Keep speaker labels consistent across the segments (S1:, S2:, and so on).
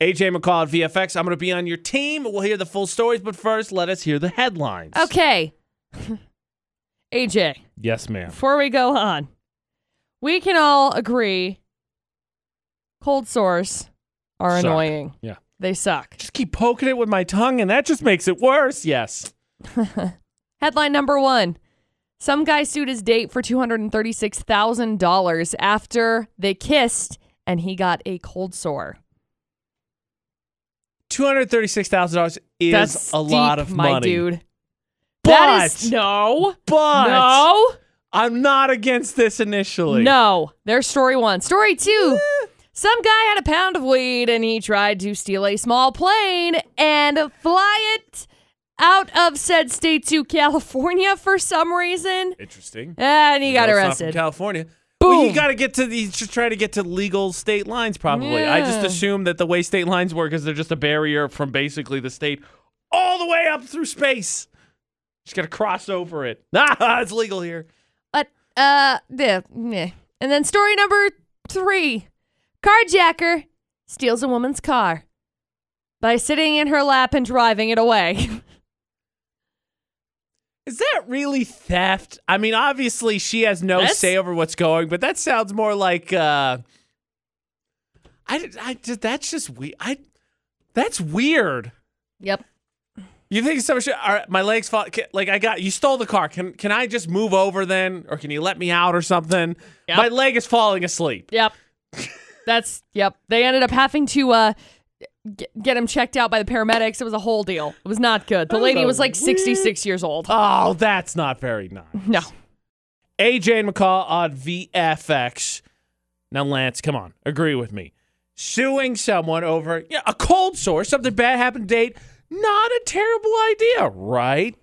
S1: AJ McCall at VFX. I'm going to be on your team. We'll hear the full stories, but first, let us hear the headlines.
S2: Okay. AJ,
S1: Yes, ma'am.
S2: before we go on, we can all agree cold sores are
S1: Suck.
S2: annoying.
S1: Yeah.
S2: They suck.
S1: Just keep poking it with my tongue, and that just makes it worse. Yes.
S2: Headline number one Some guy sued his date for $236,000 after they kissed and he got a cold sore.
S1: $236,000 is
S2: That's
S1: a lot
S2: steep,
S1: of
S2: my
S1: money.
S2: dude.
S1: But,
S2: that is no.
S1: but
S2: no.
S1: I'm not against this initially.
S2: No, there's story one. Story two. Some guy had a pound of weed and he tried to steal a small plane and fly it out of said state to California for some reason.
S1: Interesting.
S2: And he got
S1: Well, it's not from
S2: arrested.
S1: California. Well, you
S2: Boom.
S1: got to get to the, he's just trying to get to legal state lines, probably. I just
S2: Yeah.
S1: assume that the way state lines work is they're just a barrier from basically the state all the way up through space. Just got to cross over it. Ah, it's legal here.
S2: But uh, yeah, meh. and then story number three: carjacker steals a woman's car by sitting in her lap and driving it away.
S1: Is that really theft? I mean, obviously she has no
S2: That's-
S1: say over what's going, but that sounds more like uh I, I just that's just we I that's weird.
S2: yep.
S1: You think someone should? All right, my legs fall. ca- Like I got you stole the car. Can can I just move over then, or can you let me out or something?
S2: Yep.
S1: My leg is falling asleep.
S2: Yep. That's yep. They ended up having to uh g- get him checked out by the paramedics. It was a whole deal. It was not good. The
S1: That's
S2: lady
S1: a
S2: was like 66 years old.
S1: Oh, that's not very nice.
S2: No.
S1: AJ and McCall on VFX. Now, Lance, come on, agree with me. Suing someone over yeah, a cold sore, something bad happened. Date, not a terrible idea, right?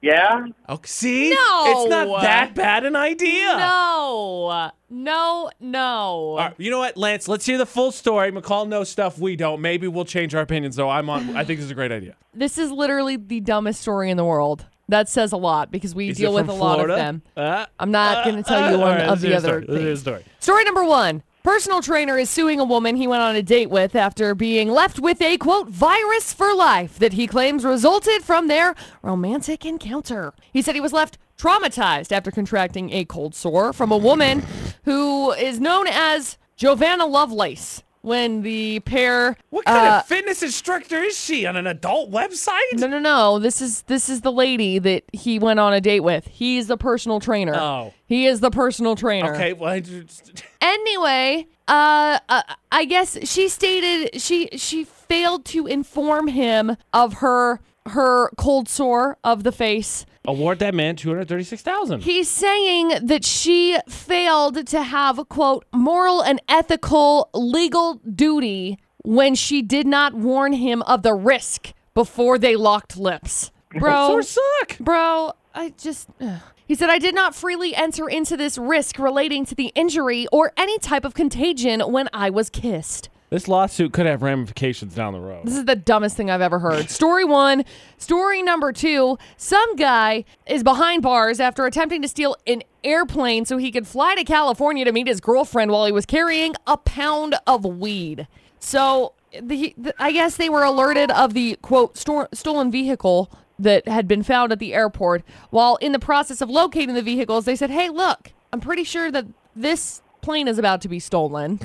S3: Yeah,
S1: Okay, see,
S2: No.
S1: it's not that bad an idea.
S2: No. No, no.
S1: All right, you know what, Lance? Let's hear the full story. McCall knows stuff we don't. Maybe we'll change our opinions. Though I'm on. I think this is a great idea.
S2: This is literally the dumbest story in the world. That says a lot because we
S1: Is
S2: deal
S1: it
S2: with a
S1: from
S2: lot of
S1: Florida?
S2: them.
S1: Uh,
S2: I'm not
S1: uh,
S2: going to tell you
S1: uh, all
S2: one
S1: right,
S2: of
S1: let's
S2: the
S1: hear
S2: other
S1: story. Let's hear the
S2: things.
S1: story.
S2: Story number one Personal trainer is suing a woman he went on a date with after being left with a quote virus for life that he claims resulted from their romantic encounter. He said he was left traumatized after contracting a cold sore from a woman who is known as Giovanna Lovelace when the pair
S1: What kind
S2: uh,
S1: of fitness instructor is she on an adult website?
S2: no, no, no. This is this is the lady that he went on a date with. He's the personal trainer.
S1: Oh.
S2: He is the personal trainer.
S1: Okay, well, I just-
S2: Anyway, uh, uh, I guess she stated she she failed to inform him of her her cold sore of the face.
S1: award that man two hundred thirty-six thousand.
S2: He's saying that she failed to have quote moral and ethical legal duty when she did not warn him of the risk before they locked lips. Bro,
S1: Sore suck.
S2: Bro, I just. ugh. He said, I did not freely enter into this risk relating to the injury or any type of contagion when I was kissed.
S1: This lawsuit could have ramifications down the road.
S2: This is the dumbest thing I've ever heard. Story one. Story number two some guy is behind bars after attempting to steal an airplane so he could fly to California to meet his girlfriend while he was carrying a pound of weed. So the, the, I guess they were alerted of the quote stor- stolen vehicle that had been found at the airport. While in the process of locating the vehicles, they said, hey, look, I'm pretty sure that this plane is about to be stolen.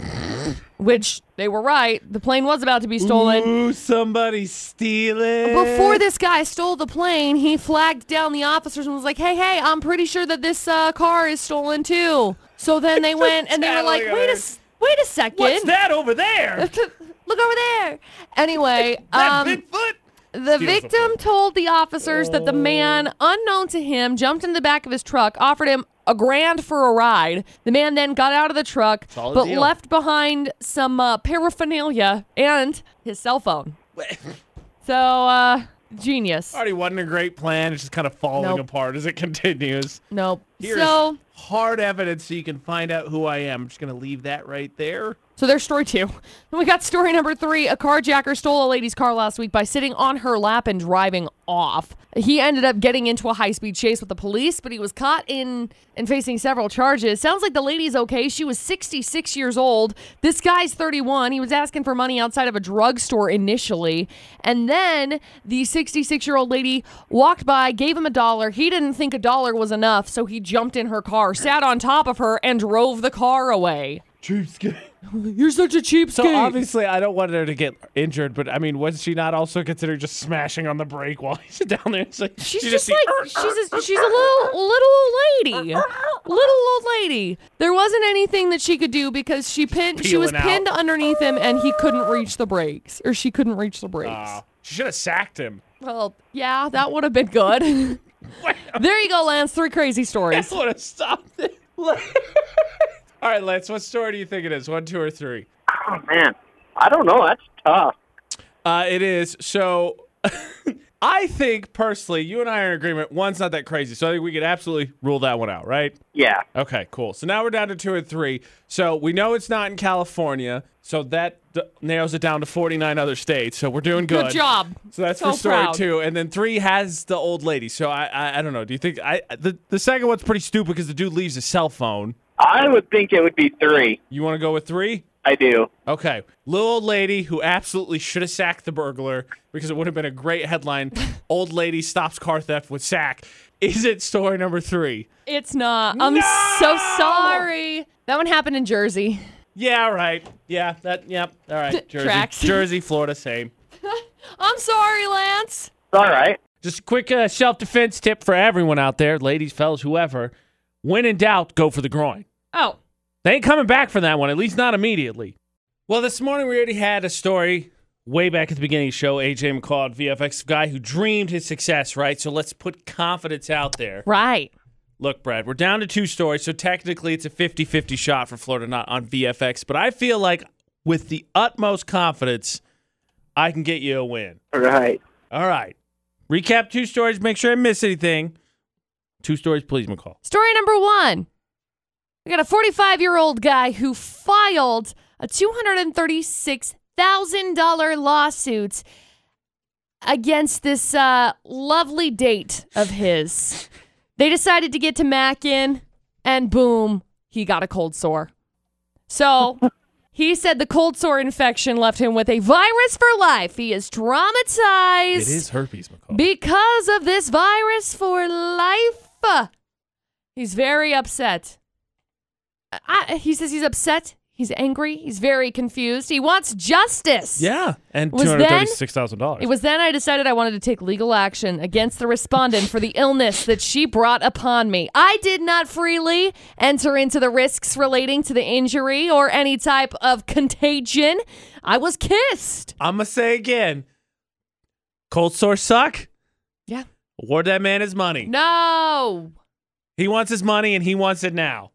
S2: Which they were right. The plane was about to be stolen.
S1: Ooh, somebody steal it
S2: Before this guy stole the plane, he flagged down the officers and was like, "Hey, hey, I'm pretty sure that this uh, car is stolen too." So then they went and they were like,
S1: Tattling
S2: "Wait a,
S1: on
S2: s- wait a second,
S1: What's that over there?
S2: look over there." Anyway,
S1: that
S2: um,
S1: Bigfoot.
S2: the
S1: Steals the
S2: victim told the officers that the man,
S1: Oh.
S2: unknown to him, jumped in the back of his truck, offered him a grand for a ride. The man then got out of the truck,
S1: Solid
S2: but
S1: deal.
S2: left behind some uh, paraphernalia and his cell phone. so, uh, genius.
S1: Already wasn't a great plan. It's just kind of falling
S2: Nope.
S1: apart as it continues.
S2: Nope.
S1: Here's
S2: so,
S1: hard evidence so you can find out who I am. I'm just going to leave that right there.
S2: So there's story two. And we got story number three. A carjacker stole a lady's car last week by sitting on her lap and driving off. He ended up getting into a high speed chase with the police, but he was caught in and facing several charges. Sounds like the lady's okay. She was 66 years old. This guy's 31. He was asking for money outside of a drugstore initially. And then the 66 year old lady walked by, gave him a dollar. He didn't think a dollar was enough, so he jumped in her car, sat on top of her, and drove the car away.
S1: Cheapskate.
S2: You're such a cheapskate.
S1: So obviously, I don't want her to get injured, but I mean, was she not also considered just smashing on the brake while he's down there? It's like,
S2: she's
S1: you
S2: just
S1: see,
S2: like she's a, she's a little little old lady, little old lady. There wasn't anything that she could do because she pinned she was
S1: Peeling out.
S2: pinned underneath him and he couldn't reach the brakes or she couldn't reach the brakes.
S1: "Oh, she should have sacked him.
S2: Well, yeah, that would have been good. there you go, Lance. Three crazy
S1: I
S2: stories.
S1: would have stopped it. All right, Lance, what story do you think it is? One, two, or three?
S3: Oh man, I don't know. That's tough.
S1: Uh, it is. So I think personally, you and I are in agreement. One's not that crazy. So I think we could absolutely rule that one out, right?
S3: Yeah.
S1: Okay, cool. So now we're down to two and three. So we know it's not in California. So that d- nails it down to 49 other states. So we're doing good.
S2: Good job.
S1: So that's
S2: So
S1: for story
S2: proud.
S1: two, and then three has the old lady. So I, I, I don't know. Do you think I the, the second one's pretty stupid because the dude leaves his cell phone.
S3: I would think it would be three.
S1: You want to go with three?
S3: I do.
S1: Okay, little old lady who absolutely should have sacked the burglar because it would have been a great headline. old lady stops car theft with sack. Is it story number three?
S2: It's not. I'm so sorry. That one happened in Jersey.
S1: Yeah, all right. Yeah, that. Yep. All right. Jersey,
S2: Tracks.
S1: Jersey, Florida, same.
S2: I'm sorry, Lance.
S3: It's all right.
S1: Just a quick uh, self defense tip for everyone out there, ladies, fellas, whoever. When in doubt, go for the groin.
S2: Oh,
S1: They ain't coming back from that one, at least not immediately. Well, this morning we already had a story way back at the beginning of the show. AJ McCall at VFX, guy who dreamed his success, right? So let's put confidence out there.
S2: right.
S1: Look, Brad, we're down to two stories, so technically it's a 50 50 shot for Florida, not on VFX. But I feel like with the utmost confidence, I can get you a win.
S3: All right.
S1: All right. Recap two stories, make sure I miss anything. Two stories, please, McCall.
S2: Story number one. We got a 45 year old guy who filed a $236,000 lawsuit against this uh, lovely date of his. They decided to get to Mac in, and boom, he got a cold sore. So he said the cold sore infection left him with a virus for life. He is traumatized.
S1: herpes, McCall.
S2: Because of this virus for life. He's very upset. I- I, he says he's upset. He's angry. He's very confused. He wants justice.
S1: yeah, and
S2: Was then-
S1: $236,000.
S2: It was then I decided I wanted to take legal action against the respondent for the illness that she brought upon me. I did not freely enter into the risks relating to the injury or any type of contagion. I was kissed.
S1: I'm gonna say again, cold sores suck.
S2: Yeah.
S1: Award that man his money.
S2: No.
S1: He wants his money and he wants it now.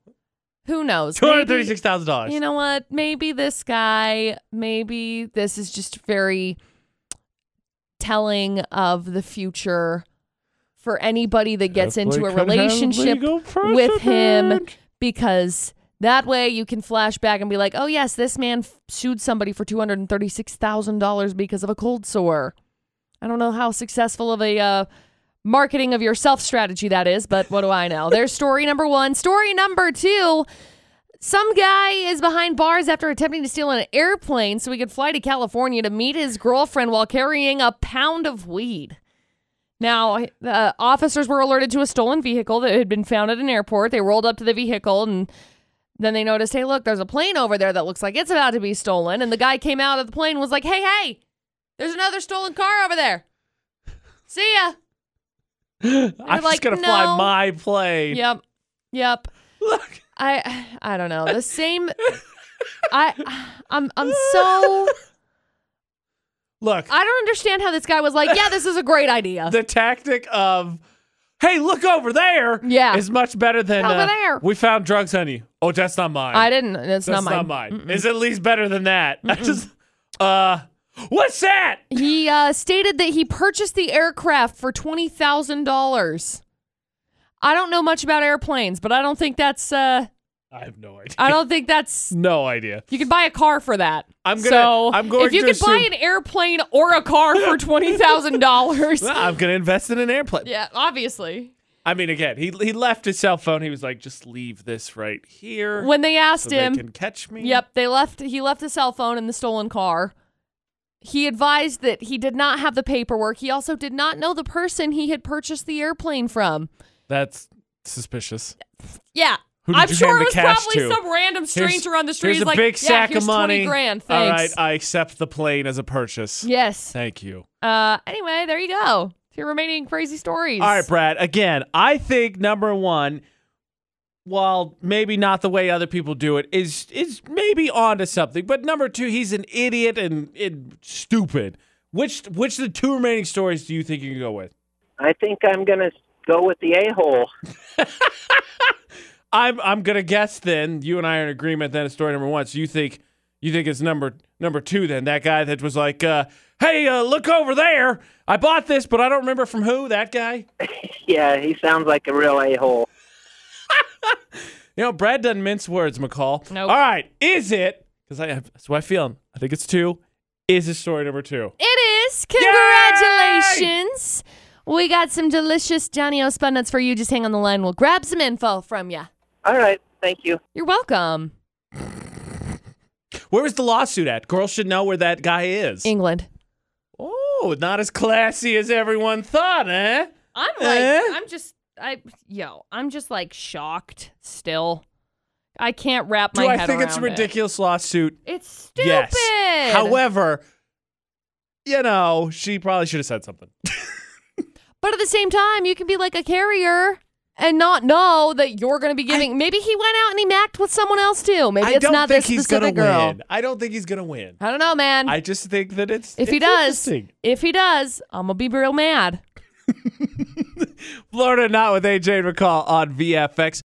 S2: Who knows?
S1: Two hundred
S2: Maybe-
S1: thirty-six thousand dollars.
S2: you know what? Maybe this guy, maybe this is just very telling of the future for anybody that gets into a relationship with him because that way you can flash back and be like, oh, yes, this man f- sued somebody for $236,000 because of a cold sore. I don't know how successful of a uh, marketing of yourself strategy that is, but what do I know? There's story number one. Story number two. Some guy is behind bars after attempting to steal an airplane so he could fly to California to meet his girlfriend while carrying a pound of weed. Now, uh, officers were alerted to a stolen vehicle that had been found at an airport. They rolled up to the vehicle and then they noticed, hey, look, there's a plane over there that looks like it's about to be stolen. And the guy came out of the plane and was like, hey, hey, there's another stolen car over there. See ya.
S1: I'm
S2: like,
S1: just gonna fly
S2: no.
S1: my plane.
S2: Yep. Yep.
S1: Look,
S2: I I don't know. The same I I'm I'm so
S1: look.
S2: I don't understand how this guy was like, yeah, this is a great idea.
S1: the tactic of, hey, look over there.
S2: Yeah.
S1: is much better than
S2: Over
S1: uh,
S2: there.
S1: We found drugs on you. Oh, that's not mine.
S2: I didn't. It's
S1: that's
S2: not mine.
S1: It's at least better than that. I just, uh, what's that?
S2: He uh, stated that he purchased the aircraft for twenty thousand dollars. I don't know much about airplanes, but I don't think that's uh,
S1: I have no idea.
S2: I don't think that's
S1: no idea.
S2: you could buy a car for that.
S1: I'm gonna-
S2: So
S1: I'm going
S2: if you
S1: to
S2: could buy
S1: assume-
S2: an airplane or a car for twenty thousand dollars,
S1: Well, I'm gonna invest in an airplane.
S2: yeah, obviously.
S1: I mean, again, he he left his cell phone. He was like, just leave this right here.
S2: When they asked
S1: so they
S2: him,
S1: can catch me.
S2: Yep, they left. He left his cell phone in the stolen car. He advised that he did not have the paperwork. He also did not know the person he had purchased the airplane from.
S1: That's suspicious.
S2: Yeah,
S1: Who did
S2: I'm
S1: you
S2: sure
S1: hand
S2: it
S1: the
S2: was
S1: cash
S2: probably
S1: to?
S2: some random
S1: Here's-
S2: stranger on the street.
S1: Here's
S2: He's
S1: a
S2: like,
S1: big
S2: yeah,
S1: sack
S2: here's
S1: of money.
S2: 20 grand.
S1: All
S2: Thanks.
S1: right, I accept the plane as a purchase.
S2: Yes.
S1: Thank you.
S2: Uh. Anyway, there you go. It's Your remaining crazy stories.
S1: All right, Brad. Again, I think number one, while maybe not the way other people do it, is is maybe onto something. But number two, he's an idiot and, and stupid. Which which of the two remaining stories do you think you can go with?
S3: I think I'm going to go with the a hole.
S1: I'm I'm gonna guess then you and I are in agreement then it's story number one. So you think you think it's number number two then that guy that was like, uh, hey, uh, look over there. I bought this, but I don't remember from who. That guy.
S3: Yeah, he sounds like a real a hole.
S1: You know, Brad doesn't mince words, McCall.
S2: Nope.
S1: All right, is it? Because I have, that's what I feel. I think it's two. Is it story number two?
S2: It is. Congratulations. We got some delicious Johnny O Spun Nuts for you. Just hang on the line. We'll grab some info from you.
S3: All right, thank you.
S2: You're welcome.
S1: Where is the lawsuit at? Girls should know where that guy is.
S2: England.
S1: oh, not as classy as everyone thought, eh?
S2: I'm like,
S1: Eh?
S2: I'm just, I, yo, I'm just like shocked still. I can't wrap my
S1: Do I
S2: head
S1: think it's a
S2: around it.
S1: ridiculous lawsuit?
S2: It's stupid.
S1: Yes. However, you know, she probably should have said something.
S2: but at the same time, you can be like a carrier and not know that you're going to be giving. maybe he went out and he macked with someone else too. Maybe
S1: I
S2: it's
S1: don't
S2: not
S1: think
S2: this
S1: he's gonna
S2: specific girl.
S1: win. I don't think he's gonna win.
S2: I don't know, man.
S1: I just think that it's
S2: if he
S1: it's
S2: does,
S1: interesting.
S2: if he does, I'm gonna be real mad.
S1: Florida not with AJ McCall on VFX.